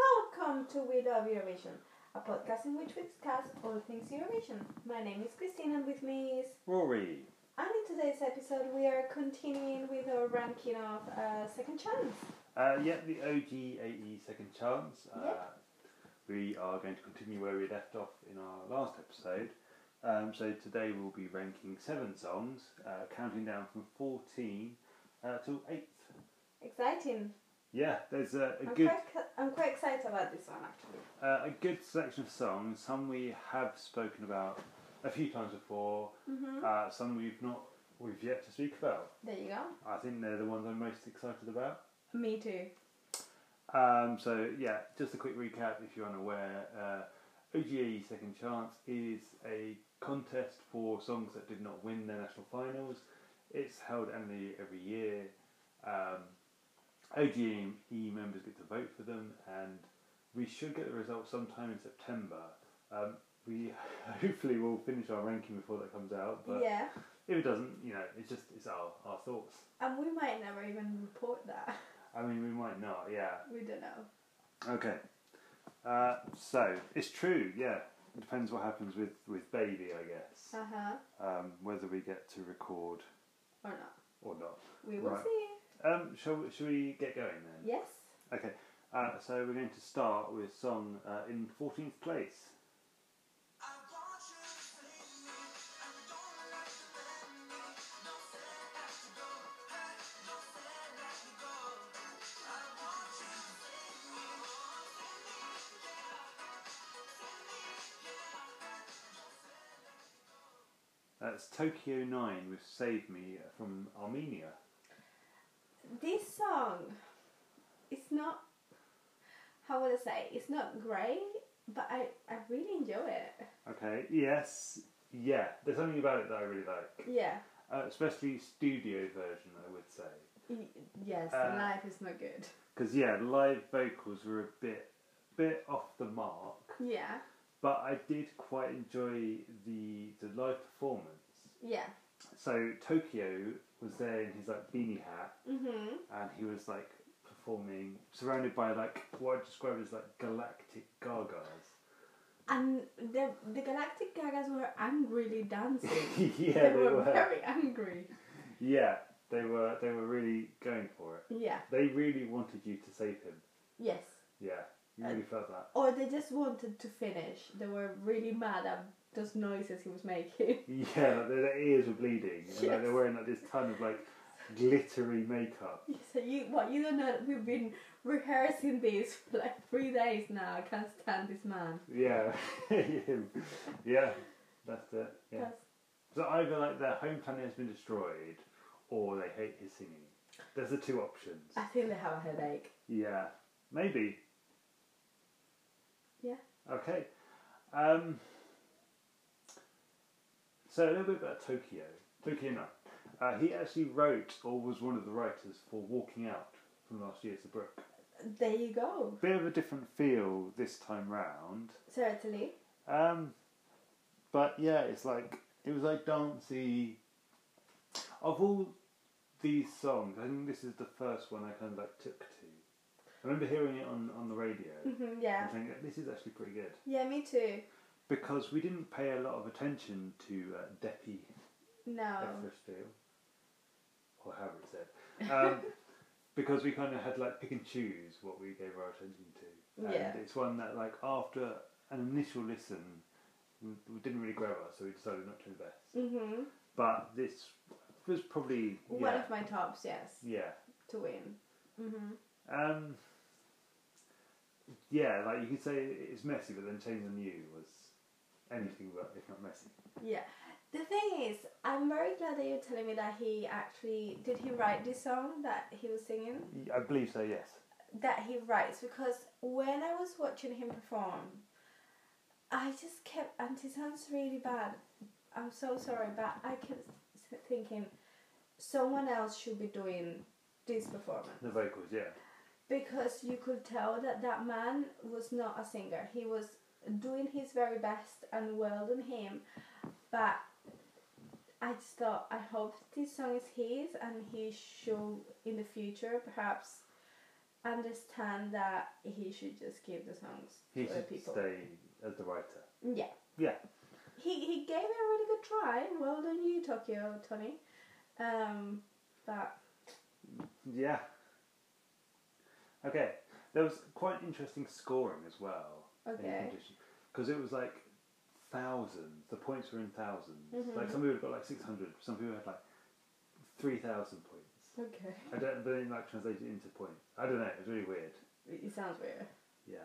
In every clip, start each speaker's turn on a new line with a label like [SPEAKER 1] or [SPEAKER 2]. [SPEAKER 1] welcome to We Love Eurovision, a podcast in which we discuss all things Eurovision. My name is Christine and with me is.
[SPEAKER 2] Rory.
[SPEAKER 1] And in today's episode, we are continuing with our ranking of uh, Second Chance.
[SPEAKER 2] Uh, yeah, the OGAE E second chance. Uh,
[SPEAKER 1] Yep.
[SPEAKER 2] We are going to continue where we left off in our last episode. Um, so today we'll be ranking seven songs, uh, counting down from 14 uh, to 8th.
[SPEAKER 1] Exciting.
[SPEAKER 2] Yeah, there's a, a
[SPEAKER 1] I'm,
[SPEAKER 2] good
[SPEAKER 1] quite, c- I'm quite excited about this one actually.
[SPEAKER 2] uh, a good selection of songs. Some we have spoken about a few times before. Uh, some we've not we've yet to speak about.
[SPEAKER 1] There you go.
[SPEAKER 2] I think they're the ones I'm most excited about.
[SPEAKER 1] Me too.
[SPEAKER 2] Um, so yeah, just a quick recap if you're unaware. Uh, OGAE Second Chance is a contest for songs that did not win their national finals. It's held annually every year. Um, OGAE E members get to vote for them, and we should get the results sometime in September. Um, we hopefully will finish our ranking before that comes out, but
[SPEAKER 1] yeah.
[SPEAKER 2] if it doesn't, you know, it's just it's our, our thoughts.
[SPEAKER 1] And we might never even report that.
[SPEAKER 2] I mean, we might not, yeah.
[SPEAKER 1] We don't know.
[SPEAKER 2] Okay. Uh, so it's true, yeah. It depends what happens with with baby, I guess.
[SPEAKER 1] Uh huh.
[SPEAKER 2] Um, whether we get to record
[SPEAKER 1] Or not.
[SPEAKER 2] or not.
[SPEAKER 1] We will
[SPEAKER 2] Right.
[SPEAKER 1] see.
[SPEAKER 2] Um, shall shall we get going then?
[SPEAKER 1] Yes.
[SPEAKER 2] Okay. Uh, so we're going to start with song uh, in fourteenth place.
[SPEAKER 3] I want you to save me. I don't like to bend me. No fair has to go. Hey, no fair has to go. I want you to save me. Oh, save me, yeah. Save me, yeah. No fair has to go.
[SPEAKER 2] That's Tokyo Nine with "Save Me" from Armenia.
[SPEAKER 1] This song it's not how would I say, it's not great, but I, I really enjoy it.
[SPEAKER 2] Okay. Yes. Yeah. There's something about it that I really like,
[SPEAKER 1] Yeah.
[SPEAKER 2] uh, especially studio version. I would say
[SPEAKER 1] Y- Yes,
[SPEAKER 2] Uh,
[SPEAKER 1] the life is not good.
[SPEAKER 2] because yeah, live vocals were a bit bit off the mark.
[SPEAKER 1] Yeah.
[SPEAKER 2] but I did quite enjoy the the live performance.
[SPEAKER 1] Yeah.
[SPEAKER 2] So Tokyo was there in his like beanie hat,
[SPEAKER 1] Mhm.
[SPEAKER 2] and he was like performing surrounded by like what I describe as like galactic gargoyles.
[SPEAKER 1] And the the Galactic Gagas were angrily dancing.
[SPEAKER 2] yeah,
[SPEAKER 1] they were very angry.
[SPEAKER 2] Yeah, they were. They were really going for it.
[SPEAKER 1] Yeah.
[SPEAKER 2] They really wanted you to save him.
[SPEAKER 1] Yes.
[SPEAKER 2] Yeah, you really
[SPEAKER 1] Uh,
[SPEAKER 2] felt that.
[SPEAKER 1] Or they just wanted to finish. They were really mad at those noises he was making.
[SPEAKER 2] Yeah, like, their, their ears were bleeding, and like,
[SPEAKER 1] Yes.
[SPEAKER 2] they're wearing like this ton of like glittery makeup.
[SPEAKER 1] You said you what you don't know we've been rehearsing this for like three days now. I can't stand this man.
[SPEAKER 2] Yeah, yeah, that's it. Yeah.
[SPEAKER 1] That's-
[SPEAKER 2] So either like their home planet has been destroyed, or they hate his singing. There's the two options.
[SPEAKER 1] I think they have a headache.
[SPEAKER 2] Yeah, maybe.
[SPEAKER 1] Yeah.
[SPEAKER 2] Okay. Um. So a little bit about Tokyo. Tokyo Nine. Uh, he actually wrote, or was one of the writers for Walking Out from last year's The Brook.
[SPEAKER 1] There you go.
[SPEAKER 2] Bit of a different feel this time round.
[SPEAKER 1] Certainly.
[SPEAKER 2] Um, but yeah, it's like it was like dancey. Of all these songs, I think this is the first one I kind of like took to. I remember hearing it on on the radio
[SPEAKER 1] hmm
[SPEAKER 2] and
[SPEAKER 1] yeah.
[SPEAKER 2] thinking this is actually pretty good
[SPEAKER 1] Yeah, me too.
[SPEAKER 2] because we didn't pay a lot of attention to uh, Deppy Um,
[SPEAKER 1] No.
[SPEAKER 2] Ethersfield or however it's said. Um, Because we kind of had like pick and choose what we gave our attention to, and
[SPEAKER 1] Yeah.
[SPEAKER 2] it's one that like after an initial listen, we we didn't really grab us, so we decided not to invest.
[SPEAKER 1] hmm
[SPEAKER 2] But this was probably
[SPEAKER 1] One
[SPEAKER 2] yeah,
[SPEAKER 1] of my tops, yes.
[SPEAKER 2] yeah,
[SPEAKER 1] To win. hmm
[SPEAKER 2] um, yeah. Like you could say it's messy, but then Chains on You was anything but if not messy.
[SPEAKER 1] Yeah. The thing is, I'm very glad that you're telling me that he actually did he write this song that he was singing?
[SPEAKER 2] I believe so. Yes.
[SPEAKER 1] that he writes because when I was watching him perform, I just kept, and it sounds really bad. I'm so sorry, but I kept s- thinking someone else should be doing this performance
[SPEAKER 2] The vocals, yeah,
[SPEAKER 1] because you could tell that that man was not a singer. He was doing his very best and well done him, but I just thought I hope this song is his and he should in the future perhaps understand that he should just give the songs
[SPEAKER 2] He
[SPEAKER 1] to other
[SPEAKER 2] should
[SPEAKER 1] people.
[SPEAKER 2] stay as the writer.
[SPEAKER 1] Yeah.
[SPEAKER 2] Yeah.
[SPEAKER 1] He he gave it a really good try. and Well done, you Tokyo Tony. Um, but
[SPEAKER 2] Yeah. Okay. There was quite interesting scoring as well
[SPEAKER 1] okay,
[SPEAKER 2] because it was like thousands. The points were in 1000s
[SPEAKER 1] Mhm.
[SPEAKER 2] Like some people got like six hundred. Some people had like three thousand points.
[SPEAKER 1] okay.
[SPEAKER 2] I don't. They didn't like translate it into points. I don't know. It was really weird.
[SPEAKER 1] It sounds weird.
[SPEAKER 2] Yeah.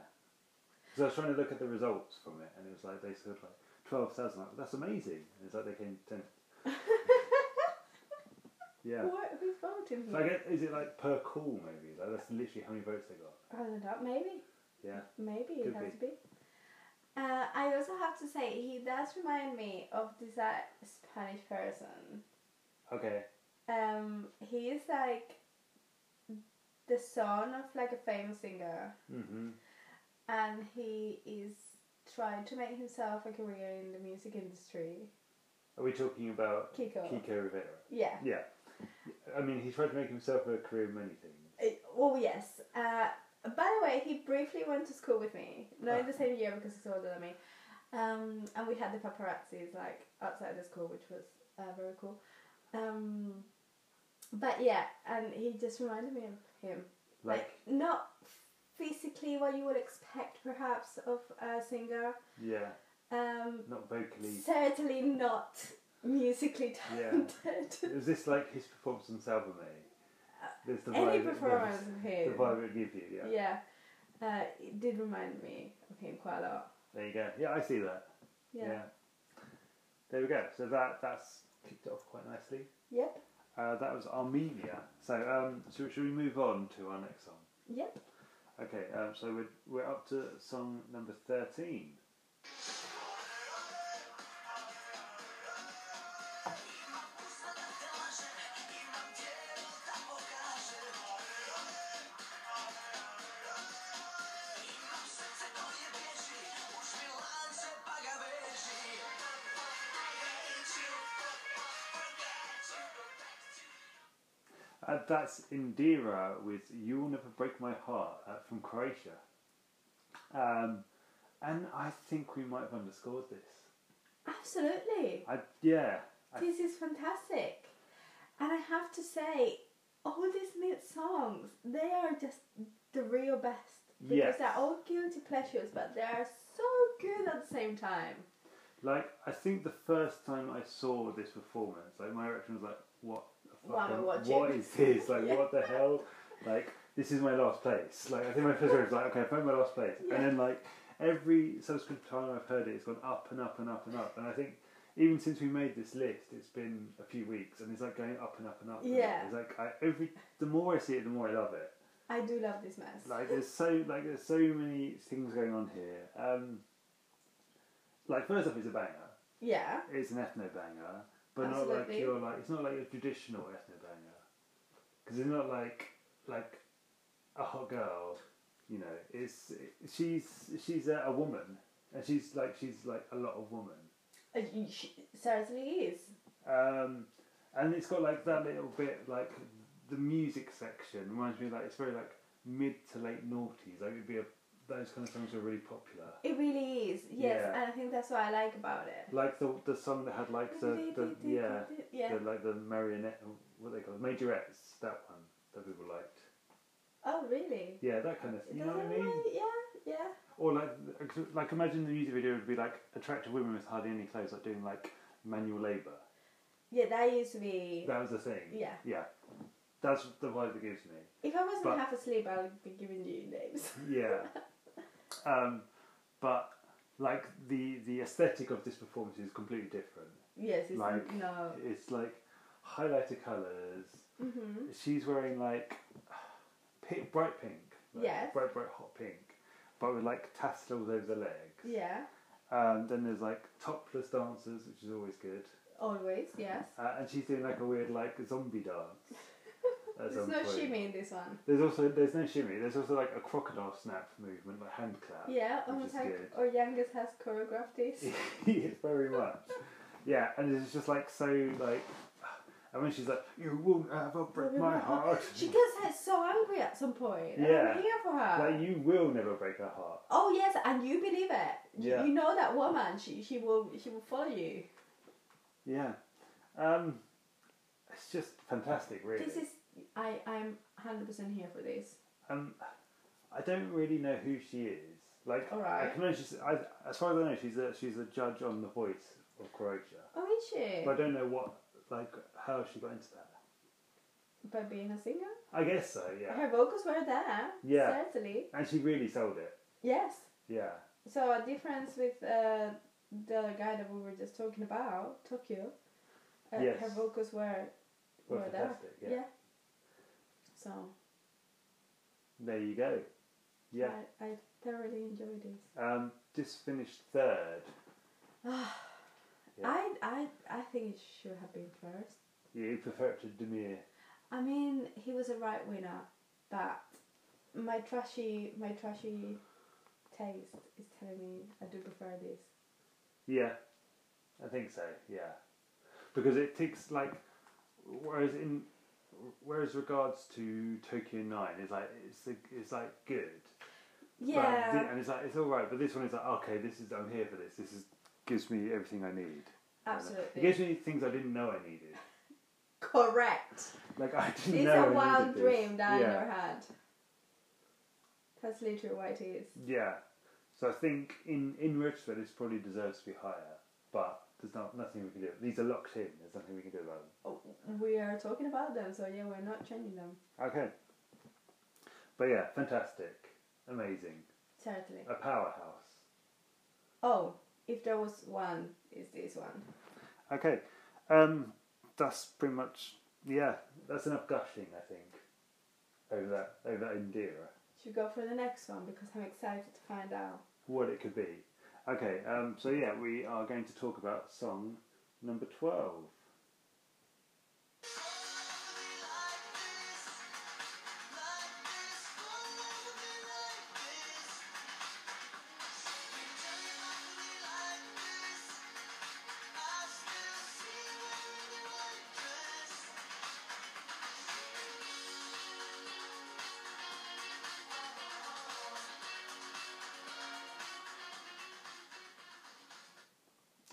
[SPEAKER 2] So I was trying to look at the results from it, and it was like they scored like twelve thousand. Like that's amazing. And it's like they came tenth. yeah.
[SPEAKER 1] What? Who's voting
[SPEAKER 2] So I
[SPEAKER 1] here?
[SPEAKER 2] guess is it like per call maybe? Like that's literally how many votes they got.
[SPEAKER 1] I don't know. Maybe.
[SPEAKER 2] Yeah.
[SPEAKER 1] Maybe
[SPEAKER 2] Could
[SPEAKER 1] it has to be. Uh, I also have to say he does remind me of this uh, Spanish person.
[SPEAKER 2] Okay.
[SPEAKER 1] Um, he is like the son of like a famous singer,
[SPEAKER 2] Mm-hmm.
[SPEAKER 1] and he is trying to make himself a career in the music industry.
[SPEAKER 2] Are we talking about
[SPEAKER 1] Kiko.
[SPEAKER 2] Kiko Rivera?
[SPEAKER 1] Yeah.
[SPEAKER 2] Yeah. I mean, he tried to make himself a career in many things.
[SPEAKER 1] Uh, oh yes. Uh, by the way, he briefly went to school with me, not in the same year because he's older than me. Um, and we had the paparazzis like outside the school, which was uh, very cool. Um, but yeah, and he just reminded me of him,
[SPEAKER 2] Like,
[SPEAKER 1] not physically what you would expect perhaps of a singer.
[SPEAKER 2] yeah,
[SPEAKER 1] Um,
[SPEAKER 2] not vocally.
[SPEAKER 1] certainly not musically
[SPEAKER 2] Yeah.
[SPEAKER 1] talented.
[SPEAKER 2] Is this like his performance on Salvame? There's the
[SPEAKER 1] Any
[SPEAKER 2] vibe it-
[SPEAKER 1] performance of
[SPEAKER 2] The
[SPEAKER 1] him.
[SPEAKER 2] vibe it would give you, yeah.
[SPEAKER 1] Yeah, uh, it did remind me of him quite a lot.
[SPEAKER 2] There you go. Yeah, I see that.
[SPEAKER 1] Yeah.
[SPEAKER 2] There we go. So that that's kicked off quite nicely.
[SPEAKER 1] Yep.
[SPEAKER 2] Uh, that was Armenia. So um, so should we move on to our next song?
[SPEAKER 1] Yep.
[SPEAKER 2] Okay. Um, so we're we're up to song number thirteen. Uh, that's Indira with You Will Never Break My Heart uh, from Croatia. Um, and I think we might have underscored this.
[SPEAKER 1] Absolutely.
[SPEAKER 2] I, yeah, I-
[SPEAKER 1] This is fantastic. And I have to say, all these mid songs, they are just the real best. Because
[SPEAKER 2] Yes.
[SPEAKER 1] they're all guilty pleasures, but they are so good at the same time.
[SPEAKER 2] like, I think the first time I saw this performance, like, my reaction was like, what the
[SPEAKER 1] Why am I
[SPEAKER 2] am-
[SPEAKER 1] watching
[SPEAKER 2] What is
[SPEAKER 1] this?
[SPEAKER 2] this? Like,
[SPEAKER 1] Yeah.
[SPEAKER 2] what the hell? Like, this is my last place. Like, I think my first was like, okay, I found my last place.
[SPEAKER 1] Yeah.
[SPEAKER 2] And then, like, every subsequent time I've heard it, it's gone up and up and up and up. And I think even since we made this list, it's been a few weeks, and it's like going up and up and up. and up.
[SPEAKER 1] Yeah.
[SPEAKER 2] It's like I, every the more I see it, the more I love it.
[SPEAKER 1] I do love this mess.
[SPEAKER 2] Like there's so like there's so many things going on here. Um, like first off, it's a banger.
[SPEAKER 1] yeah.
[SPEAKER 2] It's an ethno banger, but not like
[SPEAKER 1] Absolutely.
[SPEAKER 2] your like it's not like your traditional ethno banger because it's not like like a hot girl. You know, it's she's she's a, a woman, and she's like she's like a lot of woman.
[SPEAKER 1] Uh, you- she certainly is.
[SPEAKER 2] Um, and it's got like that little bit like the music section reminds me of like it's very like mid to late noughties. Like it'd be a, those kind of songs are really popular.
[SPEAKER 1] It really is. Yes.
[SPEAKER 2] Yeah.
[SPEAKER 1] And I think that's what I like about it.
[SPEAKER 2] Like the the song that had like the, the yeah,
[SPEAKER 1] Yeah.
[SPEAKER 2] The, like the marionette what are they call majorettes that one that people liked.
[SPEAKER 1] Oh, really?
[SPEAKER 2] Yeah, that kind of you know what I
[SPEAKER 1] Doesn't it
[SPEAKER 2] mean.
[SPEAKER 1] really- Yeah. Yeah.
[SPEAKER 2] Or like like imagine the music video would be like attractive women with hardly any clothes like doing like manual labour.
[SPEAKER 1] Yeah, that used to be.
[SPEAKER 2] That was the thing.
[SPEAKER 1] Yeah.
[SPEAKER 2] Yeah. That's the vibe it gives me.
[SPEAKER 1] If I wasn't
[SPEAKER 2] But-
[SPEAKER 1] half asleep, I would be giving you names.
[SPEAKER 2] Yeah. Um, but like the the aesthetic of this performance is completely different.
[SPEAKER 1] yes, it's
[SPEAKER 2] Like-
[SPEAKER 1] no.
[SPEAKER 2] It's like highlighter colours.
[SPEAKER 1] hmm
[SPEAKER 2] She's wearing like pi bright pink. Like,
[SPEAKER 1] Yes.
[SPEAKER 2] Bright bright hot pink, but with like tassels over the legs.
[SPEAKER 1] Yeah,
[SPEAKER 2] Um, then there's like topless dancers, which is always good.
[SPEAKER 1] always, yes.
[SPEAKER 2] Uh, and she's doing like a weird like zombie dance. at
[SPEAKER 1] There's
[SPEAKER 2] some
[SPEAKER 1] no
[SPEAKER 2] point.
[SPEAKER 1] shimmy in this one.
[SPEAKER 2] There's also there's no shimmy. There's also like a crocodile snap movement, like hand clap.
[SPEAKER 1] Yeah,
[SPEAKER 2] which
[SPEAKER 1] almost
[SPEAKER 2] is
[SPEAKER 1] like
[SPEAKER 2] good.
[SPEAKER 1] our youngest has choreographed this.
[SPEAKER 2] yes, very much. Yeah, and it's just like so like, And when she's like, "You won't ever break my heart,"
[SPEAKER 1] She gets like, so angry at some point.
[SPEAKER 2] Yeah.
[SPEAKER 1] I'm here for her.
[SPEAKER 2] like you will never break her heart.
[SPEAKER 1] Oh yes, and you believe it. You-
[SPEAKER 2] Yeah.
[SPEAKER 1] You know that woman. She she will she will follow you.
[SPEAKER 2] Yeah, um, it's just fantastic, really.
[SPEAKER 1] This is I I'm hundred percent here for this.
[SPEAKER 2] Um, I don't really know who she is. Like,
[SPEAKER 1] All right.
[SPEAKER 2] I can only just, I, as far as I know, she's a she's a judge on The Voice of Croatia.
[SPEAKER 1] Oh, is she?
[SPEAKER 2] But I don't know what like how she got into that.
[SPEAKER 1] By being a singer,
[SPEAKER 2] I guess so. Yeah.
[SPEAKER 1] her vocals were there.
[SPEAKER 2] Yeah.
[SPEAKER 1] Certainly.
[SPEAKER 2] And she really sold it.
[SPEAKER 1] Yes.
[SPEAKER 2] Yeah.
[SPEAKER 1] So a difference with uh, the other guy that we were just talking about, Tokyo. Uh,
[SPEAKER 2] Yes.
[SPEAKER 1] Her vocals were
[SPEAKER 2] Well,
[SPEAKER 1] were there.
[SPEAKER 2] fantastic. Yeah.
[SPEAKER 1] So
[SPEAKER 2] There you go. Yeah.
[SPEAKER 1] I, I thoroughly enjoyed this.
[SPEAKER 2] Um, just finished third. Yeah.
[SPEAKER 1] I I I think it should have been first.
[SPEAKER 2] You prefer it to Demir.
[SPEAKER 1] I mean, he was a right winner, but my trashy, my trashy taste is telling me I do prefer this.
[SPEAKER 2] Yeah. I think so. Yeah. Because it takes like, whereas in, whereas regards to Tokyo Nine, it's like it's it's like good. Well,
[SPEAKER 1] Yeah,
[SPEAKER 2] thi- and it's like it's all right, but this one is like okay, this is I'm here for this. This is gives me everything I need.
[SPEAKER 1] absolutely
[SPEAKER 2] It gives me things I didn't know I needed.
[SPEAKER 1] correct.
[SPEAKER 2] Like I didn't
[SPEAKER 1] It's
[SPEAKER 2] know. I
[SPEAKER 1] a
[SPEAKER 2] needed
[SPEAKER 1] wild
[SPEAKER 2] this.
[SPEAKER 1] dream that I
[SPEAKER 2] yeah.
[SPEAKER 1] never had. That's literally what it is.
[SPEAKER 2] Yeah. So I think in in retrospect, this probably deserves to be higher, but there's not nothing we can do. These are locked in. There's nothing we can do about them.
[SPEAKER 1] Oh, We are talking about them, so yeah, we're not changing them.
[SPEAKER 2] Okay. But yeah, fantastic, amazing,
[SPEAKER 1] Certainly.
[SPEAKER 2] a powerhouse.
[SPEAKER 1] Oh, if there was one, it's this one.
[SPEAKER 2] Okay. Um, that's pretty much yeah. That's enough gushing, I think. Over that over that Indira.
[SPEAKER 1] Should we go for the next one because I'm excited to find out.
[SPEAKER 2] what it could be. Okay, um, so yeah, we are going to talk about song number 12.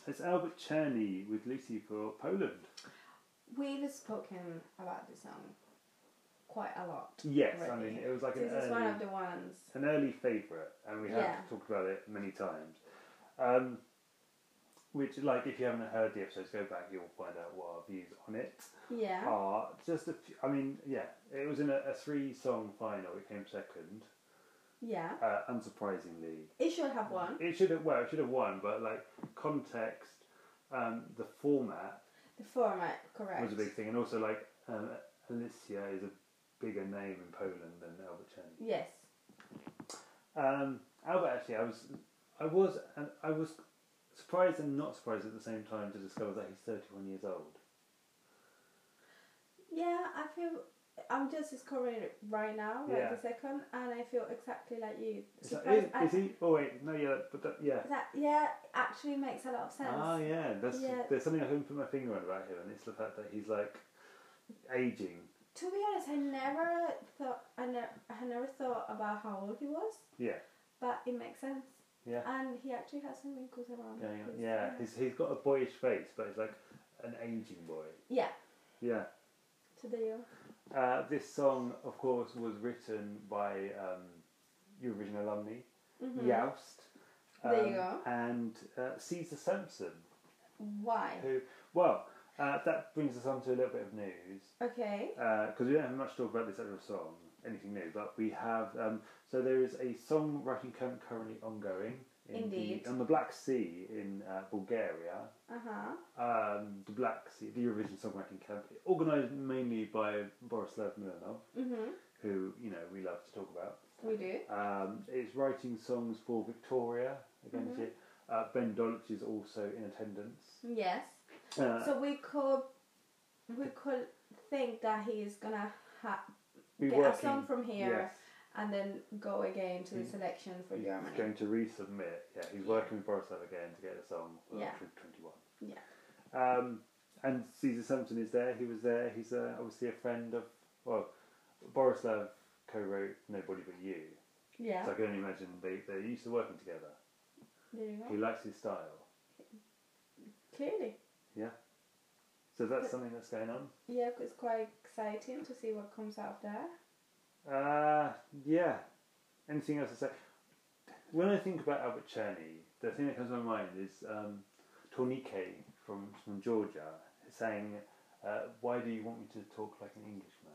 [SPEAKER 2] It's Albert Czerny with Lucy for Poland.
[SPEAKER 1] We've spoken about this song quite a lot.
[SPEAKER 2] Yes, I
[SPEAKER 1] already.
[SPEAKER 2] mean, it was like an
[SPEAKER 1] this is one
[SPEAKER 2] early,
[SPEAKER 1] of the ones.
[SPEAKER 2] an early favourite, and we have
[SPEAKER 1] Yeah.
[SPEAKER 2] talked about it many times. Um, which, like, if you haven't heard the episodes, go back, you'll find out what our views on it
[SPEAKER 1] Yeah.
[SPEAKER 2] are. Just a few, I mean, yeah, it was in a, a three song final, it came second,
[SPEAKER 1] Yeah.
[SPEAKER 2] uh, unsurprisingly.
[SPEAKER 1] It should have one.
[SPEAKER 2] It should have well, it should have won, but like context, um, the format
[SPEAKER 1] The format, correct.
[SPEAKER 2] was a big thing, and also like um, Alicia is a bigger name in Poland than Albert Chen.
[SPEAKER 1] Yes.
[SPEAKER 2] Um, Albert actually, I was, I was, and I was surprised and not surprised at the same time to discover that he's thirty-one years old.
[SPEAKER 1] Yeah, I feel I'm just discovering it right now, right
[SPEAKER 2] Yeah.
[SPEAKER 1] the second, and I feel exactly like you.
[SPEAKER 2] It's like,
[SPEAKER 1] Surprised-
[SPEAKER 2] is,
[SPEAKER 1] I-
[SPEAKER 2] is he? Oh wait, no, yeah, but that, yeah.
[SPEAKER 1] That yeah, actually makes a lot of sense.
[SPEAKER 2] Ah, yeah. That's
[SPEAKER 1] Yeah.
[SPEAKER 2] there's something I couldn't put my finger on about him, and it's the fact that he's like aging.
[SPEAKER 1] To be honest, I never thought I, ne- I never thought about how old he was,
[SPEAKER 2] Yeah,
[SPEAKER 1] but it makes sense.
[SPEAKER 2] yeah.
[SPEAKER 1] And he actually has some wrinkles around.
[SPEAKER 2] going on.
[SPEAKER 1] his-
[SPEAKER 2] Yeah, he's, he's got a boyish face, but it's like an aging boy.
[SPEAKER 1] Yeah.
[SPEAKER 2] Yeah.
[SPEAKER 1] So there you go.
[SPEAKER 2] Uh, this song, of course, was written by um, Eurovision alumni
[SPEAKER 1] Mhm.
[SPEAKER 2] Youst. um,
[SPEAKER 1] There you go.
[SPEAKER 2] And uh, Caesar Sampson,
[SPEAKER 1] Why?
[SPEAKER 2] who, well, uh, that brings us on to a little bit of news
[SPEAKER 1] Okay.
[SPEAKER 2] because we don't have much to talk about this actual song, anything new, but we have. Um, so there is a songwriting camp currently ongoing. In
[SPEAKER 1] Indeed.
[SPEAKER 2] The, on the Black Sea in uh, Bulgaria.
[SPEAKER 1] Uh huh.
[SPEAKER 2] um, the Black Sea, the Eurovision Songwriting Camp, organised mainly by Borislav Milanov,
[SPEAKER 1] Mhm.
[SPEAKER 2] who you know we love to talk about.
[SPEAKER 1] We do.
[SPEAKER 2] Um, it's writing songs for Victoria. Again,
[SPEAKER 1] Mhm.
[SPEAKER 2] shit. uh, Ben Dolich is also in attendance.
[SPEAKER 1] Yes.
[SPEAKER 2] Uh,
[SPEAKER 1] So we could we could think that he is gonna ha-
[SPEAKER 2] be
[SPEAKER 1] get a
[SPEAKER 2] working-
[SPEAKER 1] song from here
[SPEAKER 2] yes.
[SPEAKER 1] and then go again to the
[SPEAKER 2] He's-
[SPEAKER 1] selection for
[SPEAKER 2] He's
[SPEAKER 1] Germany.
[SPEAKER 2] going to resubmit. Yeah, he's
[SPEAKER 1] Yeah.
[SPEAKER 2] working with Borislav again to get a song for
[SPEAKER 1] Yeah.
[SPEAKER 2] 2021.
[SPEAKER 1] Yeah.
[SPEAKER 2] Um, and Caesar Sampson is there. He was there. He's uh, obviously a friend of well, Borislav co-wrote Nobody But You,
[SPEAKER 1] Yeah.
[SPEAKER 2] so I can only imagine they they used to working together.
[SPEAKER 1] There you
[SPEAKER 2] He
[SPEAKER 1] go.
[SPEAKER 2] likes his style.
[SPEAKER 1] Clearly.
[SPEAKER 2] Yeah. So that's something that's going on.
[SPEAKER 1] Yeah, 'cause it's quite exciting to see what comes out of there.
[SPEAKER 2] Uh, yeah. Anything else to say? When I think about Albert Cherny, the thing that comes to my mind is um, Tornike from, from Georgia saying, uh, Why do you want me to talk like an Englishman?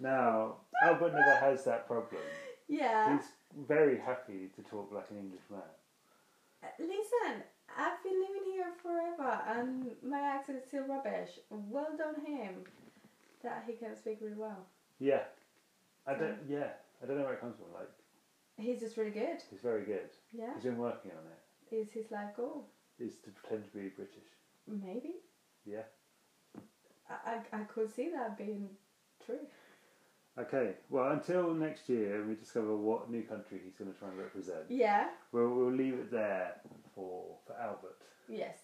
[SPEAKER 2] Now, Albert never has that problem.
[SPEAKER 1] Yeah.
[SPEAKER 2] He's very happy to talk like an Englishman.
[SPEAKER 1] Uh, Listen, I've been living here forever and my accent is still rubbish. Well done him that he can speak really well.
[SPEAKER 2] Yeah. I don't, yeah. I don't know where it comes from. Like,
[SPEAKER 1] He's just really good.
[SPEAKER 2] he's very good.
[SPEAKER 1] Yeah.
[SPEAKER 2] He's been working on it.
[SPEAKER 1] Is his life goal?
[SPEAKER 2] Is to pretend to be British.
[SPEAKER 1] Maybe.
[SPEAKER 2] Yeah.
[SPEAKER 1] I, I, I could see that being true.
[SPEAKER 2] Okay, well, until next year and we discover what new country he's going to try and represent,
[SPEAKER 1] Yeah.
[SPEAKER 2] we'll, we'll leave it there for, for Albert.
[SPEAKER 1] Yes.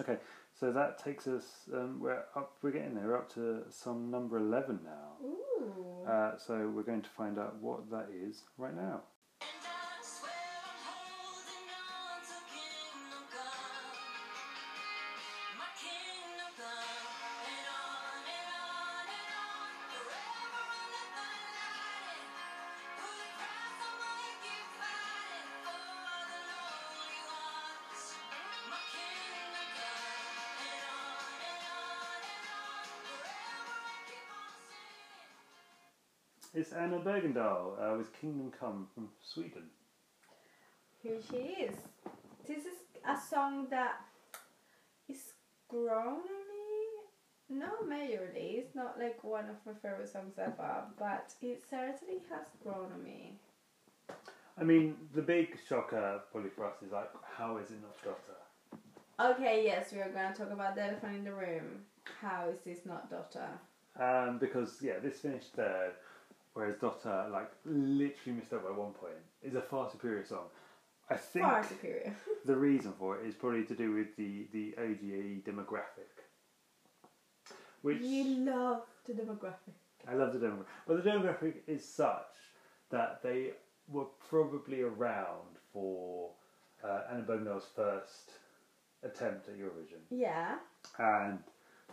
[SPEAKER 2] Okay, so that takes us, um, we're up, we're getting there, we're up to some number 11 now.
[SPEAKER 1] Ooh.
[SPEAKER 2] Uh, so we're going to find out what that is right now.
[SPEAKER 3] And I swear I'm holding on to kingdom come, my kingdom come, and on and on and on, forever under the light. Put a price on money, keep fighting for the lonely ones. My kingdom come, and on and on and on, forever I keep on singing.
[SPEAKER 2] It's Anna Bergendahl uh, with Kingdom Come from Sweden.
[SPEAKER 1] Here she is. This is a song that is grown on me. Not majorly. It's not like one of my favorite songs ever, but it certainly has grown on me.
[SPEAKER 2] I mean, the big shocker probably for us is like, how is it not Dotter?
[SPEAKER 1] Okay, yes, we are going to talk about the elephant in the room. How is this not Dotter?
[SPEAKER 2] Um, because yeah, this finished third, whereas Dotter like literally missed out by one point. It's a far superior song. I think
[SPEAKER 1] Far superior.
[SPEAKER 2] the reason for it is probably to do with the the OGE demographic, which
[SPEAKER 1] you love the demographic.
[SPEAKER 2] I love the demographic. But the demographic is such that they were probably around for uh, Anna Bognell's first attempt at Eurovision
[SPEAKER 1] Yeah.
[SPEAKER 2] and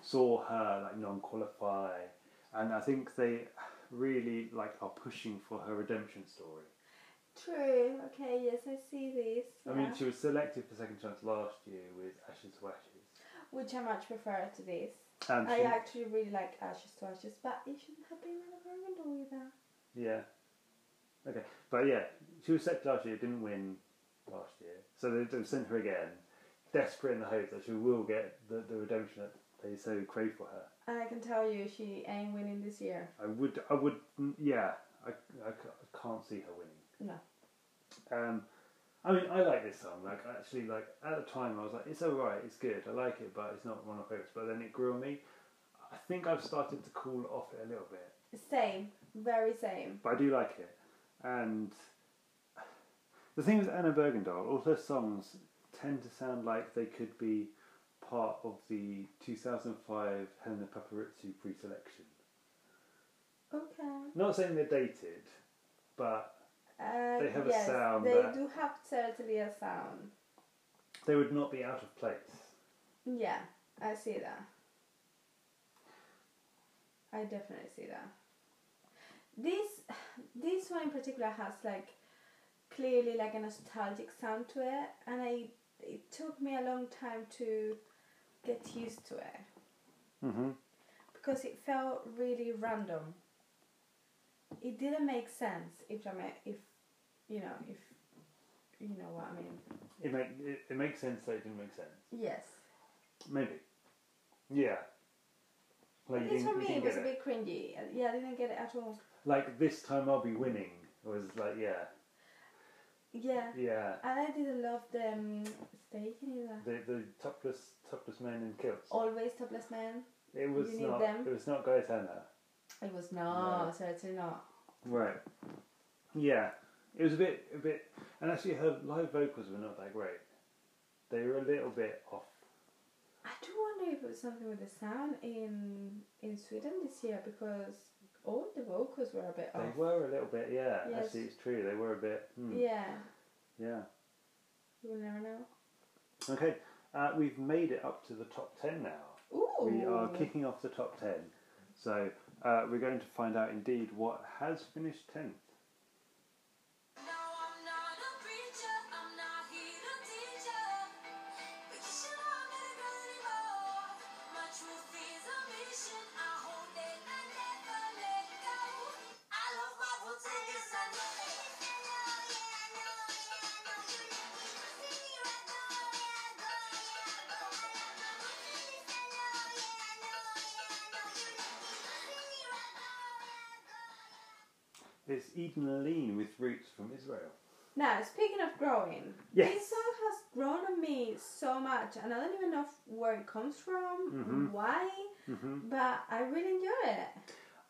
[SPEAKER 2] saw her like non-qualify, and I think they really like are pushing for her redemption story.
[SPEAKER 1] True. Okay, yes, I see this.
[SPEAKER 2] I mean,
[SPEAKER 1] yeah.
[SPEAKER 2] she was selected for second chance last year with Ashes to Ashes,
[SPEAKER 1] Which I much prefer to this.
[SPEAKER 2] and
[SPEAKER 1] Oh, I
[SPEAKER 2] she,
[SPEAKER 1] actually really like Ashes to Ashes, but it shouldn't have been in a Rivendell either.
[SPEAKER 2] yeah, okay, but yeah, she was selected last year, didn't win last year, so they, they sent her again, desperate in the hope that she will get the, the redemption that they so crave for her.
[SPEAKER 1] And I can tell you, she ain't winning this year.
[SPEAKER 2] I would, I would, mm, yeah, I, I ca- I can't see her winning.
[SPEAKER 1] No.
[SPEAKER 2] Um, I mean, I like this song. Like, actually, like at the time, I was like, it's all right, it's good, I like it, but it's not one of my favorites. But then it grew on me. I think I've started to cool off it a little bit,
[SPEAKER 1] Same. Very same.
[SPEAKER 2] but I do like it. And the thing with Anna Bergendahl, all her songs tend to sound like they could be part of the 2005 Helena Paparizou pre-selection.
[SPEAKER 1] Okay.
[SPEAKER 2] Not saying they're dated, but
[SPEAKER 1] Uh,
[SPEAKER 2] They have a
[SPEAKER 1] yes,
[SPEAKER 2] sound
[SPEAKER 1] They
[SPEAKER 2] that-
[SPEAKER 1] do have certainly a sound.
[SPEAKER 2] they would not be out of place.
[SPEAKER 1] Yeah, I see that. I definitely see that. This this one in particular has like clearly like a nostalgic sound to it and I it took me a long time to get used to it
[SPEAKER 2] Mm-hmm.
[SPEAKER 1] because it felt really random. It didn't make sense if I mean, if you know if you know what I mean.
[SPEAKER 2] It, make, it, it makes sense that it didn't make sense.
[SPEAKER 1] Yes.
[SPEAKER 2] Maybe. Yeah. Like,
[SPEAKER 1] At
[SPEAKER 2] you
[SPEAKER 1] least
[SPEAKER 2] didn't-
[SPEAKER 1] for
[SPEAKER 2] you
[SPEAKER 1] me
[SPEAKER 2] didn't
[SPEAKER 1] it was
[SPEAKER 2] get
[SPEAKER 1] a bit cringy. Yeah, I didn't get it at all.
[SPEAKER 2] Like, this time I'll be winning. was like, yeah.
[SPEAKER 1] Yeah.
[SPEAKER 2] Yeah.
[SPEAKER 1] And I didn't love the um, steak either.
[SPEAKER 2] The, the topless topless men in kilts.
[SPEAKER 1] Always topless man.
[SPEAKER 2] it was
[SPEAKER 1] Oh, you need
[SPEAKER 2] not
[SPEAKER 1] them.
[SPEAKER 2] it was not Gaetana.
[SPEAKER 1] It was no,
[SPEAKER 2] No.
[SPEAKER 1] certainly not.
[SPEAKER 2] Right. Yeah. It was a bit a bit and actually her live vocals were not that great. They were a little bit off.
[SPEAKER 1] I I do wonder if it was something with the sound in in Sweden this year because all the vocals were a bit off.
[SPEAKER 2] They were a little bit, yeah.
[SPEAKER 1] Yes.
[SPEAKER 2] Actually, it's true. They were a bit. Hmm,
[SPEAKER 1] Yeah,
[SPEAKER 2] yeah.
[SPEAKER 1] you will never know.
[SPEAKER 2] Okay, uh, we've made it up to the top 10 now.
[SPEAKER 1] Ooh.
[SPEAKER 2] We are kicking off the top 10. So uh, we're going to find out indeed what has finished 10th.
[SPEAKER 3] No, I'm not a preacher, I'm not here to teach you. But you should all get a good more. My truth is a mission, I hold it and never let go. I love what will take us, I know it.
[SPEAKER 2] It's Eden Lean with roots from Israel.
[SPEAKER 1] Now, speaking of growing,
[SPEAKER 2] Yes.
[SPEAKER 1] this song has grown on me so much, and I don't even know where it comes from,
[SPEAKER 2] Mhm.
[SPEAKER 1] why,
[SPEAKER 2] hmm
[SPEAKER 1] but I really enjoy it.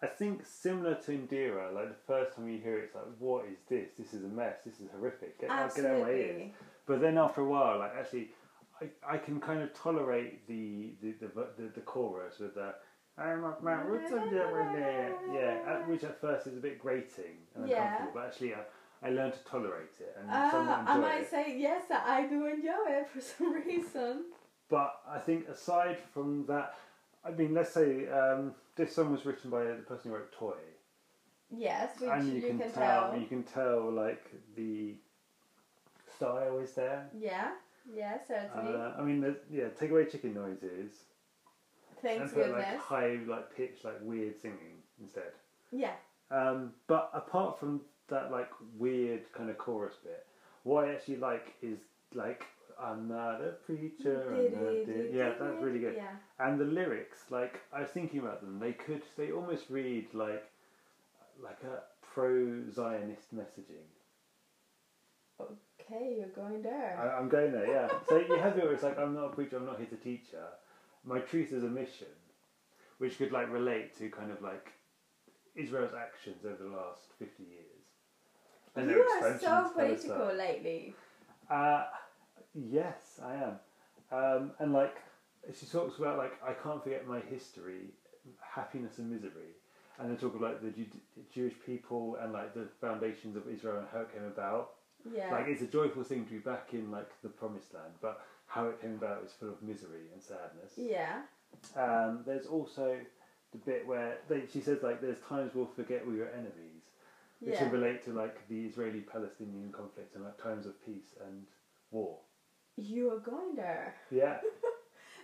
[SPEAKER 2] I think similar to Indira, like the first time you hear it, it's like, what is this? This is a mess. This is horrific. Get, out- get out of my ears.
[SPEAKER 1] Absolutely.
[SPEAKER 2] But then after a while, like actually, I, I can kind of tolerate the the the, the, the chorus with the I'm a man, what's up there with it?" yeah, at, which at first is a bit grating and
[SPEAKER 1] Yeah.
[SPEAKER 2] uncomfortable, but actually I, I learned to tolerate it and
[SPEAKER 1] Ah,
[SPEAKER 2] somewhat
[SPEAKER 1] I
[SPEAKER 2] enjoy
[SPEAKER 1] might
[SPEAKER 2] it.
[SPEAKER 1] say yes, I do enjoy it for some reason.
[SPEAKER 2] But I think aside from that, I mean, let's say um, this song was written by the person who wrote Toy,
[SPEAKER 1] Yes, which
[SPEAKER 2] and
[SPEAKER 1] you, can,
[SPEAKER 2] tell,
[SPEAKER 1] tell.
[SPEAKER 2] you can tell like the style is there.
[SPEAKER 1] Yeah, yeah, certainly.
[SPEAKER 2] Uh, I mean, there's, yeah, take away chicken noises.
[SPEAKER 1] Thank
[SPEAKER 2] and put
[SPEAKER 1] goodness.
[SPEAKER 2] like high, like pitch, like weird singing instead.
[SPEAKER 1] yeah,
[SPEAKER 2] Um, but apart from that, like weird kind of chorus bit, what I actually like is like I'm not a preacher. I'm not a di-" uh, Yeah, that's really good.
[SPEAKER 1] Yeah,
[SPEAKER 2] And the lyrics, like I was thinking about them, they could, they almost read like like a pro-Zionist messaging.
[SPEAKER 1] okay, you're going there.
[SPEAKER 2] I, I'm going there, yeah. so you have it where it's like, I'm not a preacher, I'm not here to teach her. My truth is a mission, which could like relate to kind of like Israel's actions over the last 50 years. their
[SPEAKER 1] you are
[SPEAKER 2] expansion
[SPEAKER 1] so
[SPEAKER 2] to Palestine.
[SPEAKER 1] political lately.
[SPEAKER 2] Uh, yes, I am. Um, and like, she talks about like, I can't forget my history, happiness and misery. And then talk about the Ju- Jewish people and like the foundations of Israel and how it came about.
[SPEAKER 1] Yeah.
[SPEAKER 2] Like it's a joyful thing to be back in like the promised land, but how it came about is full of misery and sadness.
[SPEAKER 1] yeah.
[SPEAKER 2] Um, there's also the bit where they, she says like there's times we'll forget we were enemies, which
[SPEAKER 1] Yeah.
[SPEAKER 2] can relate to like the Israeli-Palestinian conflict and like times of peace and war.
[SPEAKER 1] You are going there.
[SPEAKER 2] Yeah,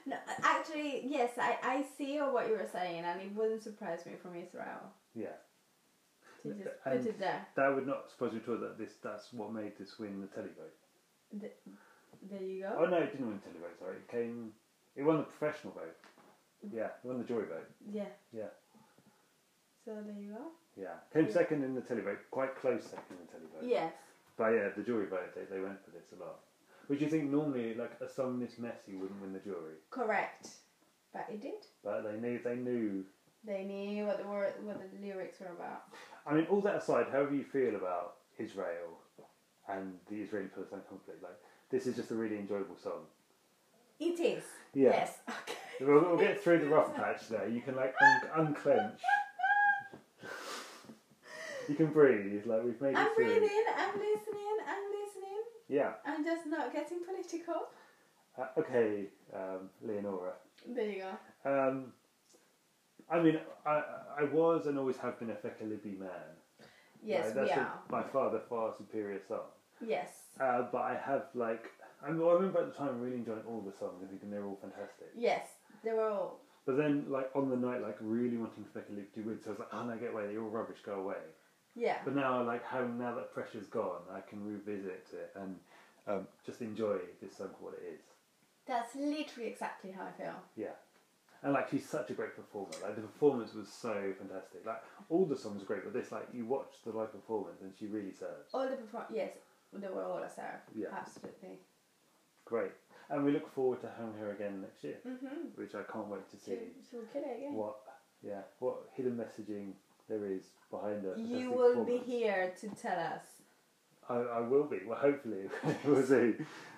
[SPEAKER 1] No, actually, yes, I, I see what you were saying, and it wouldn't surprise me from Israel
[SPEAKER 2] yeah.
[SPEAKER 1] to just
[SPEAKER 2] And-
[SPEAKER 1] put it there.
[SPEAKER 2] That would not surprise me at all. That this that's what made this win the televote.
[SPEAKER 1] There you
[SPEAKER 2] Oh
[SPEAKER 1] go.
[SPEAKER 2] no, it didn't win the televote. Sorry, it came. It won the professional vote. Yeah, it won the jury vote.
[SPEAKER 1] Yeah.
[SPEAKER 2] Yeah.
[SPEAKER 1] So there you go.
[SPEAKER 2] Yeah, came
[SPEAKER 1] Yeah.
[SPEAKER 2] second in the televote, quite close second in the televote.
[SPEAKER 1] Yes.
[SPEAKER 2] But yeah, the jury vote, they, they went for this a lot. Which you think normally, like a song this messy wouldn't win the jury,
[SPEAKER 1] Correct. But it did.
[SPEAKER 2] but they knew they knew.
[SPEAKER 1] They knew what the word, what the lyrics were about.
[SPEAKER 2] I mean, all that aside, however you feel about Israel and the Israeli-Palestine conflict, like this is just a really enjoyable song.
[SPEAKER 1] It is.
[SPEAKER 2] Yeah.
[SPEAKER 1] Yes. Okay.
[SPEAKER 2] We'll, we'll get through the rough patch there. You can like un- unclench. you can breathe. Like we've made
[SPEAKER 1] I'm
[SPEAKER 2] it through.
[SPEAKER 1] breathing. I'm listening. I'm listening.
[SPEAKER 2] Yeah.
[SPEAKER 1] I'm just not getting political.
[SPEAKER 2] Uh, okay, um, Leonora.
[SPEAKER 1] There you go.
[SPEAKER 2] Um, I mean, I, I was and always have been a Fekalibi man.
[SPEAKER 1] Yes,
[SPEAKER 2] Like, that's
[SPEAKER 1] we
[SPEAKER 2] a-
[SPEAKER 1] are.
[SPEAKER 2] by far the far superior song.
[SPEAKER 1] Yes.
[SPEAKER 2] Uh, but I have, like, I, mean, I remember at the time really enjoying all the songs and thinking they're all fantastic.
[SPEAKER 1] Yes. They were all.
[SPEAKER 2] But then, like, on the night, like, really wanting Fekalibi to win, so I was like, oh no, get away, they're all rubbish, go away.
[SPEAKER 1] Yeah.
[SPEAKER 2] But now, like, having now that pressure's gone, I can revisit it and um, just enjoy this song for what it is.
[SPEAKER 1] That's literally exactly how I feel.
[SPEAKER 2] Yeah. And like she's such a great performer. Like the performance was so fantastic. Like all the songs are great, but this like you watch the live performance and she really serves.
[SPEAKER 1] All the perform. Yes. They were all a serve.
[SPEAKER 2] Yeah.
[SPEAKER 1] Absolutely.
[SPEAKER 2] Great. And we look forward to having her again next year,
[SPEAKER 1] Mhm.
[SPEAKER 2] which I can't wait to
[SPEAKER 1] She,
[SPEAKER 2] see
[SPEAKER 1] she will kill it again.
[SPEAKER 2] what yeah what hidden messaging there is behind her.
[SPEAKER 1] You
[SPEAKER 2] fantastic
[SPEAKER 1] will be
[SPEAKER 2] performance.
[SPEAKER 1] here to tell us.
[SPEAKER 2] I, I will be. Well, hopefully we'll see.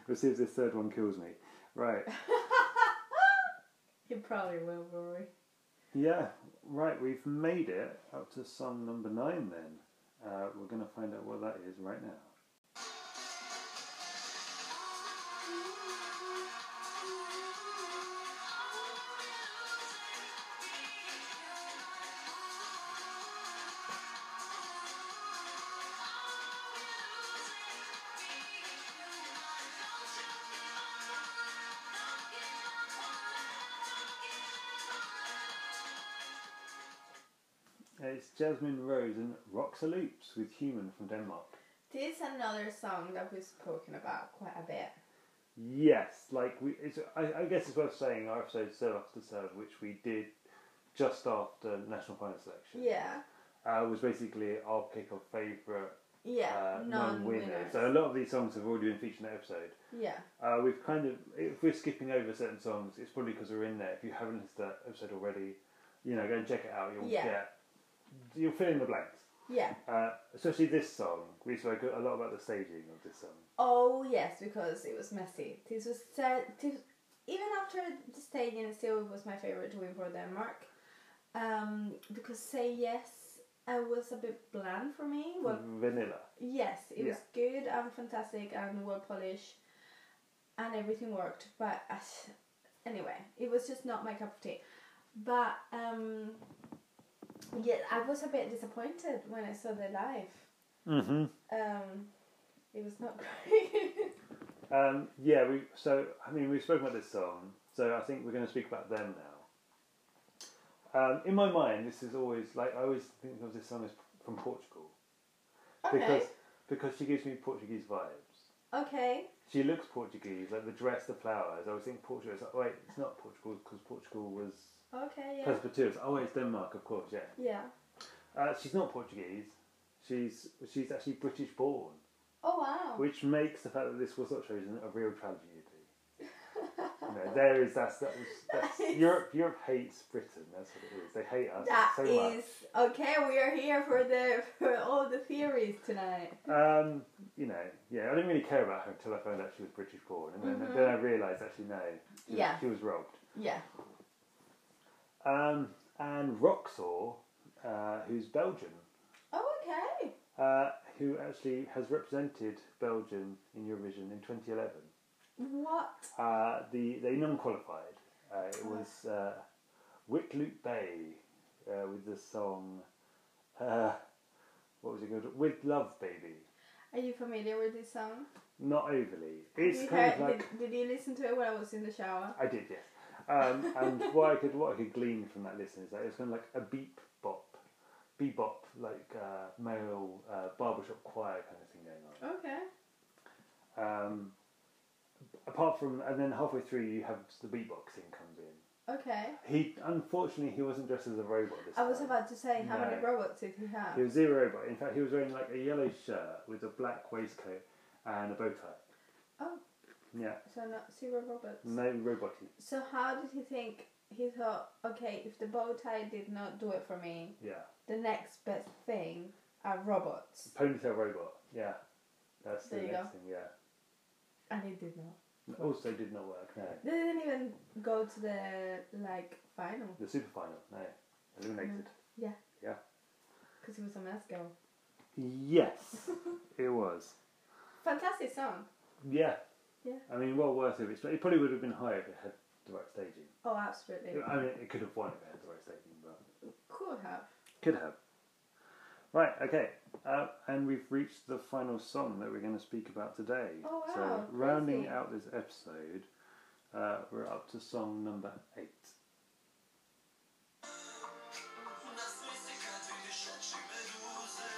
[SPEAKER 2] We'll see if this third one kills me. Right.
[SPEAKER 1] You probably will, Rory.
[SPEAKER 2] Yeah, right. We've made it up to song number nine. Then uh, we're going to find out what that is right now. It's Jasmine Rose and Rocks a Loops with Human from Denmark.
[SPEAKER 1] This is another song that we've spoken about quite a bit.
[SPEAKER 2] Yes, like we. It's, I, I guess it's worth saying our episode "Serve After Serve," which we did just after national final selection,
[SPEAKER 1] Yeah.
[SPEAKER 2] uh, was basically our pick of favourite
[SPEAKER 1] Yeah.
[SPEAKER 2] uh,
[SPEAKER 1] non-winners.
[SPEAKER 2] non-winners. So a lot of these songs have already been featured in that episode.
[SPEAKER 1] yeah.
[SPEAKER 2] Uh, we've kind of, if we're skipping over certain songs, it's probably because we're in there. If you haven't listened to that episode already, you know, go and check it out. You'll
[SPEAKER 1] Yeah.
[SPEAKER 2] get, you'll fill in the blanks.
[SPEAKER 1] Yeah.
[SPEAKER 2] Uh, especially this song. We spoke a lot about the staging of this song.
[SPEAKER 1] Oh yes, because it was messy. This was sad. This, even after the stadium, it still was my favorite to win for Denmark. Um, because say yes, uh, was a bit bland for me. Well,
[SPEAKER 2] Vanilla.
[SPEAKER 1] yes, it was
[SPEAKER 2] Yeah.
[SPEAKER 1] good and fantastic and well polished, and everything worked. But uh, anyway, it was just not my cup of tea. But um, yeah, I was a bit disappointed when I saw the live.
[SPEAKER 2] Mm-hmm.
[SPEAKER 1] Um, it was not great.
[SPEAKER 2] Um, yeah, we. So I mean, we've spoken about this song, so I think we're going to speak about them now. Um, in my mind, this is always like I always think of this song as from Portugal because because she gives me Portuguese vibes.
[SPEAKER 1] Okay.
[SPEAKER 2] She looks Portuguese, like the dress, the flowers. I was thinking Portugal. It's like, wait, it's not Portugal because Portugal was
[SPEAKER 1] Okay. Yeah.
[SPEAKER 2] Presbyterian. Oh, wait, it's Denmark, of course. Yeah.
[SPEAKER 1] Yeah.
[SPEAKER 2] Uh, she's not Portuguese. She's she's actually British born,
[SPEAKER 1] Oh wow.
[SPEAKER 2] which makes the fact that this was not chosen a real tragedy. You know, there is that's that was, that's
[SPEAKER 1] Nice.
[SPEAKER 2] Europe. Europe hates Britain. That's what it is. They hate us
[SPEAKER 1] That
[SPEAKER 2] so
[SPEAKER 1] is okay. We are here for the for all the theories tonight.
[SPEAKER 2] much. Um, you know, yeah. I didn't really care about her until I found out she was British born, and then,
[SPEAKER 1] Mhm.
[SPEAKER 2] then I realised actually no, she was-
[SPEAKER 1] Yeah.
[SPEAKER 2] she was robbed.
[SPEAKER 1] Yeah.
[SPEAKER 2] Um, and Roxor, uh, who's Belgian,
[SPEAKER 1] Oh okay.
[SPEAKER 2] uh, who actually has represented Belgium in Eurovision in 2011.
[SPEAKER 1] What?
[SPEAKER 2] Uh, the they non-qualified. Uh, it was uh, Wickloop Bay uh, with the song. Uh, what was it called? With Love Baby.
[SPEAKER 1] Are you familiar with this song?
[SPEAKER 2] Not overly.
[SPEAKER 1] Did
[SPEAKER 2] It's
[SPEAKER 1] you
[SPEAKER 2] kind of
[SPEAKER 1] hear-
[SPEAKER 2] like
[SPEAKER 1] did, did you listen to it when I was in the shower?
[SPEAKER 2] I did, yes. Um, and what I could what I could glean from that listen is that it's kind of like a beep bop, bebop, like uh, male uh, barbershop choir kind of thing going
[SPEAKER 1] Okay.
[SPEAKER 2] on. Um, apart from and then halfway through you have the beatboxing comes in.
[SPEAKER 1] Okay.
[SPEAKER 2] He unfortunately he wasn't dressed as a robot this
[SPEAKER 1] I was
[SPEAKER 2] time.
[SPEAKER 1] about to say how many
[SPEAKER 2] No.
[SPEAKER 1] robots did he have?
[SPEAKER 2] He was a robot. In fact, he was wearing like a yellow shirt with a black waistcoat and a bow tie.
[SPEAKER 1] Oh.
[SPEAKER 2] Yeah,
[SPEAKER 1] So not zero robots.
[SPEAKER 2] no roboty.
[SPEAKER 1] So how did he think? He thought, okay, if the bow tie did not do it for me,
[SPEAKER 2] Yeah,
[SPEAKER 1] the next best thing are robots,
[SPEAKER 2] ponytail robot. Yeah, that's the
[SPEAKER 1] There you
[SPEAKER 2] next
[SPEAKER 1] go.
[SPEAKER 2] thing. Yeah.
[SPEAKER 1] and he did not.
[SPEAKER 2] Also did not work, no.
[SPEAKER 1] They didn't even go to the like final
[SPEAKER 2] The super final, no. Eliminated.
[SPEAKER 1] because it was a mess girl. Mm-hmm.
[SPEAKER 2] Yes, it was.
[SPEAKER 1] Fantastic song.
[SPEAKER 2] Yeah.
[SPEAKER 1] Yeah.
[SPEAKER 2] I mean, well worth it. It's- It probably would have been higher if it had the right staging.
[SPEAKER 1] Oh, absolutely.
[SPEAKER 2] I mean, it could have won if it had the right staging, but
[SPEAKER 1] Could have.
[SPEAKER 2] could have. Right, okay. Uh, and we've reached the final song that we're going to speak about today.
[SPEAKER 1] Oh, wow,
[SPEAKER 2] So,
[SPEAKER 1] crazy.
[SPEAKER 2] rounding out this episode, uh, we're up to song number eight.
[SPEAKER 3] У нас есть секреты, висячие медузы.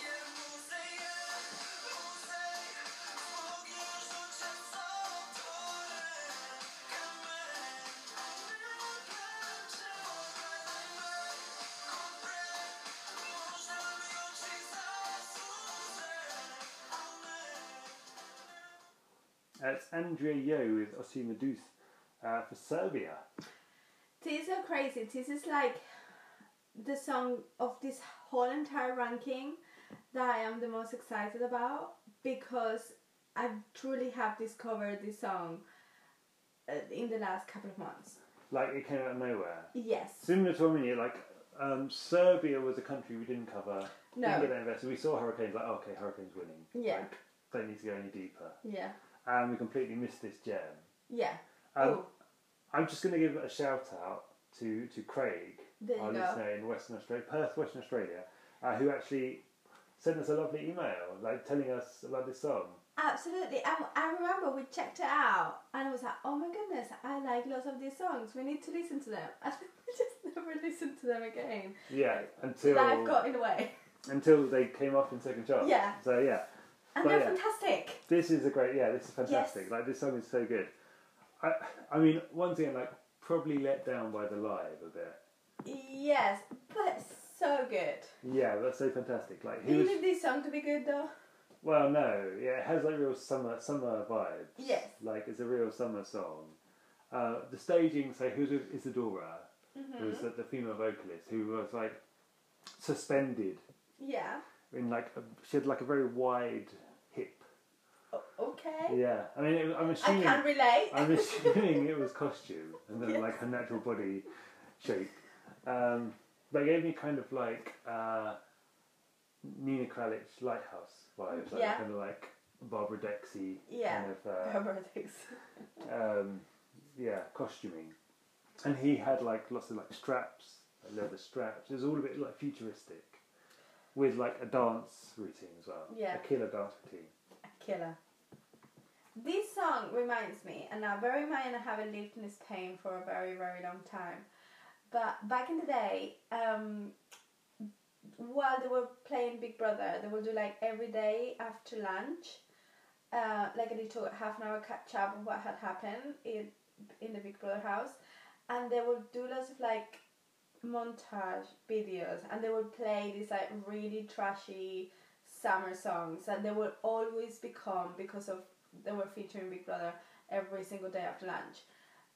[SPEAKER 3] Я музей, музей, слуги ждут часов
[SPEAKER 2] It's Andrea Yo with Ossi Medus uh, for Serbia.
[SPEAKER 1] These are crazy. This is like the song of this whole entire ranking that I am the most excited about because I truly have discovered this song uh, in the last couple of months.
[SPEAKER 2] Like it came out of nowhere.
[SPEAKER 1] Yes.
[SPEAKER 2] Similar to Armenia, like um, Serbia was a country we didn't cover. Didn't
[SPEAKER 1] No.
[SPEAKER 2] get that invested. We saw hurricanes, like oh, okay, hurricanes winning.
[SPEAKER 1] Yeah.
[SPEAKER 2] Like, they need to go any deeper,
[SPEAKER 1] Yeah.
[SPEAKER 2] and we completely missed this gem.
[SPEAKER 1] Yeah.
[SPEAKER 2] Um,
[SPEAKER 1] oh,
[SPEAKER 2] I'm just going to give a shout out to, to Craig,
[SPEAKER 1] There you
[SPEAKER 2] our
[SPEAKER 1] go.
[SPEAKER 2] listener in Western Australia, Perth, Western Australia, uh, who actually sent us a lovely email, like telling us about this song.
[SPEAKER 1] absolutely. And I remember we checked it out and I was like, oh my goodness, I like lots of these songs. We need to listen to them. And we just never listened to them again.
[SPEAKER 2] Yeah, until
[SPEAKER 1] Life got in the way.
[SPEAKER 2] until they came up in second chart.
[SPEAKER 1] Yeah.
[SPEAKER 2] So yeah,
[SPEAKER 1] And
[SPEAKER 2] But
[SPEAKER 1] they're
[SPEAKER 2] yeah.
[SPEAKER 1] fantastic.
[SPEAKER 2] this is a great. Yeah, this is fantastic.
[SPEAKER 1] Yes.
[SPEAKER 2] Like this song is so good. I I mean, once again, like probably let down by the live a bit.
[SPEAKER 1] Yes, but so good.
[SPEAKER 2] Yeah, that's so fantastic. Like
[SPEAKER 1] Do
[SPEAKER 2] he
[SPEAKER 1] you
[SPEAKER 2] was.
[SPEAKER 1] need this song to be good though?
[SPEAKER 2] Well, no, yeah, it has like real summer summer vibes.
[SPEAKER 1] Yes.
[SPEAKER 2] like it's a real summer song. Uh, the staging, so who's with Isadora,
[SPEAKER 1] Mm-hmm.
[SPEAKER 2] who's the, the female vocalist, who was like suspended
[SPEAKER 1] Yeah.
[SPEAKER 2] in like a, she had like a very wide hip.
[SPEAKER 1] O- okay.
[SPEAKER 2] Yeah, I mean, it, I'm
[SPEAKER 1] I
[SPEAKER 2] assuming
[SPEAKER 1] can relate.
[SPEAKER 2] I'm assuming it was costume and then
[SPEAKER 1] Yes.
[SPEAKER 2] like her natural body shape. Um, but it gave me kind of like uh, Nina Kralich Lighthouse vibes, like
[SPEAKER 1] Yeah.
[SPEAKER 2] kind of like Barbara Dexy
[SPEAKER 1] Yeah.
[SPEAKER 2] kind of. Uh,
[SPEAKER 1] Barbara Dix.
[SPEAKER 2] um, yeah, costuming. And he had like lots of like straps, like, leather straps. It was all a bit like futuristic, with like a dance routine as well.
[SPEAKER 1] Yeah.
[SPEAKER 2] a killer dance routine.
[SPEAKER 1] A killer. This song reminds me, and now bear in mind I haven't lived in Spain for a very, very long time. But back in the day, um, while they were playing Big Brother, they would do like every day after lunch, uh, like a little half an hour catch up of what had happened in, in the Big Brother house. And they would do lots of like montage videos and they would play these like really trashy summer songs and they would always become because of they were featuring Big Brother every single day after lunch.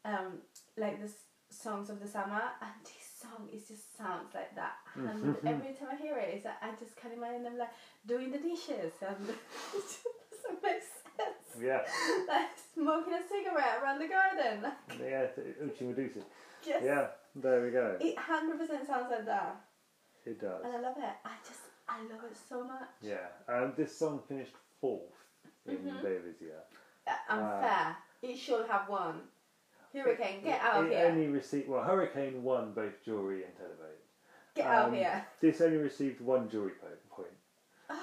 [SPEAKER 1] Um, like the s- songs of the summer and this song is just sounds like that. And every time I hear it, it's like, I just can imagine them like doing the dishes and it just doesn't make sense.
[SPEAKER 2] Yeah,
[SPEAKER 1] Like smoking a cigarette around the garden. Like,
[SPEAKER 2] yeah, t- Uchi Medusa.
[SPEAKER 1] just,
[SPEAKER 2] Yeah, there we go.
[SPEAKER 1] It hundred percent sounds like that.
[SPEAKER 2] It does.
[SPEAKER 1] And I love it. I just, I love it so much.
[SPEAKER 2] Yeah, um, this song finished fourth in
[SPEAKER 1] Mm-hmm.
[SPEAKER 2] David's year.
[SPEAKER 1] Uh, Unfair. it should have won. Hurricane, get out
[SPEAKER 2] it
[SPEAKER 1] of here.
[SPEAKER 2] only received well, Hurricane won both jury and televote.
[SPEAKER 1] get out
[SPEAKER 2] Um,
[SPEAKER 1] of here.
[SPEAKER 2] This only received one jury po- point.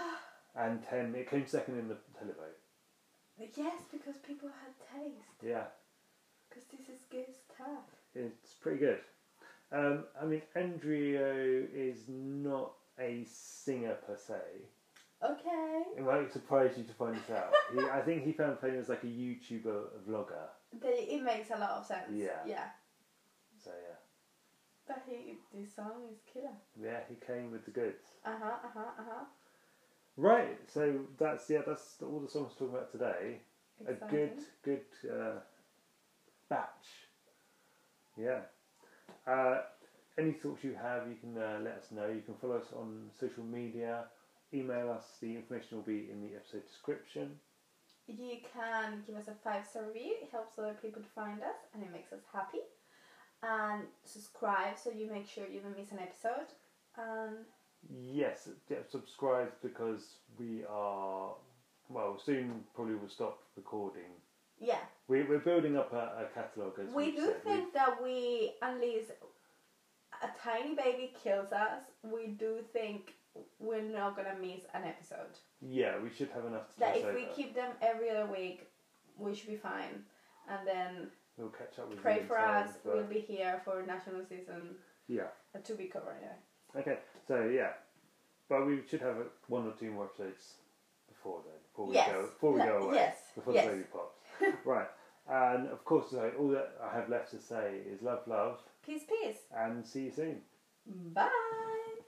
[SPEAKER 2] and ten, it came second in the televote.
[SPEAKER 1] Yes, because people had taste.
[SPEAKER 2] Yeah,
[SPEAKER 1] Because this is good stuff.
[SPEAKER 2] it's pretty good. Um, I mean, Andrio is not a singer per se.
[SPEAKER 1] Okay.
[SPEAKER 2] It might surprise you to find this out. he, I think he found fame as like a YouTuber a vlogger.
[SPEAKER 1] They, it makes a lot of sense.
[SPEAKER 2] Yeah.
[SPEAKER 1] Yeah.
[SPEAKER 2] So yeah,
[SPEAKER 1] But he, this song is killer.
[SPEAKER 2] yeah, he came with the goods.
[SPEAKER 1] Uh huh, uh huh, uh huh.
[SPEAKER 2] Right. So that's yeah, that's all the songs we're talking about today. a good good uh, batch. Yeah. Uh, any thoughts you have, you can uh, let us know. You can follow us on social media. Email us. The information will be in the episode description.
[SPEAKER 1] You can give us a five star review, it helps other people to find us and it makes us happy. And subscribe so you make sure you don't miss an episode. And
[SPEAKER 2] Yes, yeah, subscribe because we are well soon. Probably will stop recording.
[SPEAKER 1] yeah,
[SPEAKER 2] We, we're building up a, a catalogue as
[SPEAKER 1] we
[SPEAKER 2] we've
[SPEAKER 1] do
[SPEAKER 2] said. We-
[SPEAKER 1] think that we, unless a tiny baby kills us, we do think we're not gonna miss an episode.
[SPEAKER 2] yeah, we should have enough to
[SPEAKER 1] That
[SPEAKER 2] gloss
[SPEAKER 1] if we
[SPEAKER 2] over.
[SPEAKER 1] keep them every other week, we should be fine. And then
[SPEAKER 2] we'll catch up with you
[SPEAKER 1] pray
[SPEAKER 2] in
[SPEAKER 1] for
[SPEAKER 2] time,
[SPEAKER 1] us,
[SPEAKER 2] but-
[SPEAKER 1] we'll be here for national season
[SPEAKER 2] yeah.
[SPEAKER 1] uh, to be covered. Yeah.
[SPEAKER 2] Okay, so yeah, but we should have uh, one or two more episodes before then, before we
[SPEAKER 1] Yes.
[SPEAKER 2] go, before we
[SPEAKER 1] Le-
[SPEAKER 2] go away,
[SPEAKER 1] yes.
[SPEAKER 2] before
[SPEAKER 1] Yes.
[SPEAKER 2] the baby pops. right, and of course, so all that I have left to say is love, love,
[SPEAKER 1] Peace, peace.
[SPEAKER 2] and see you soon.
[SPEAKER 1] Bye.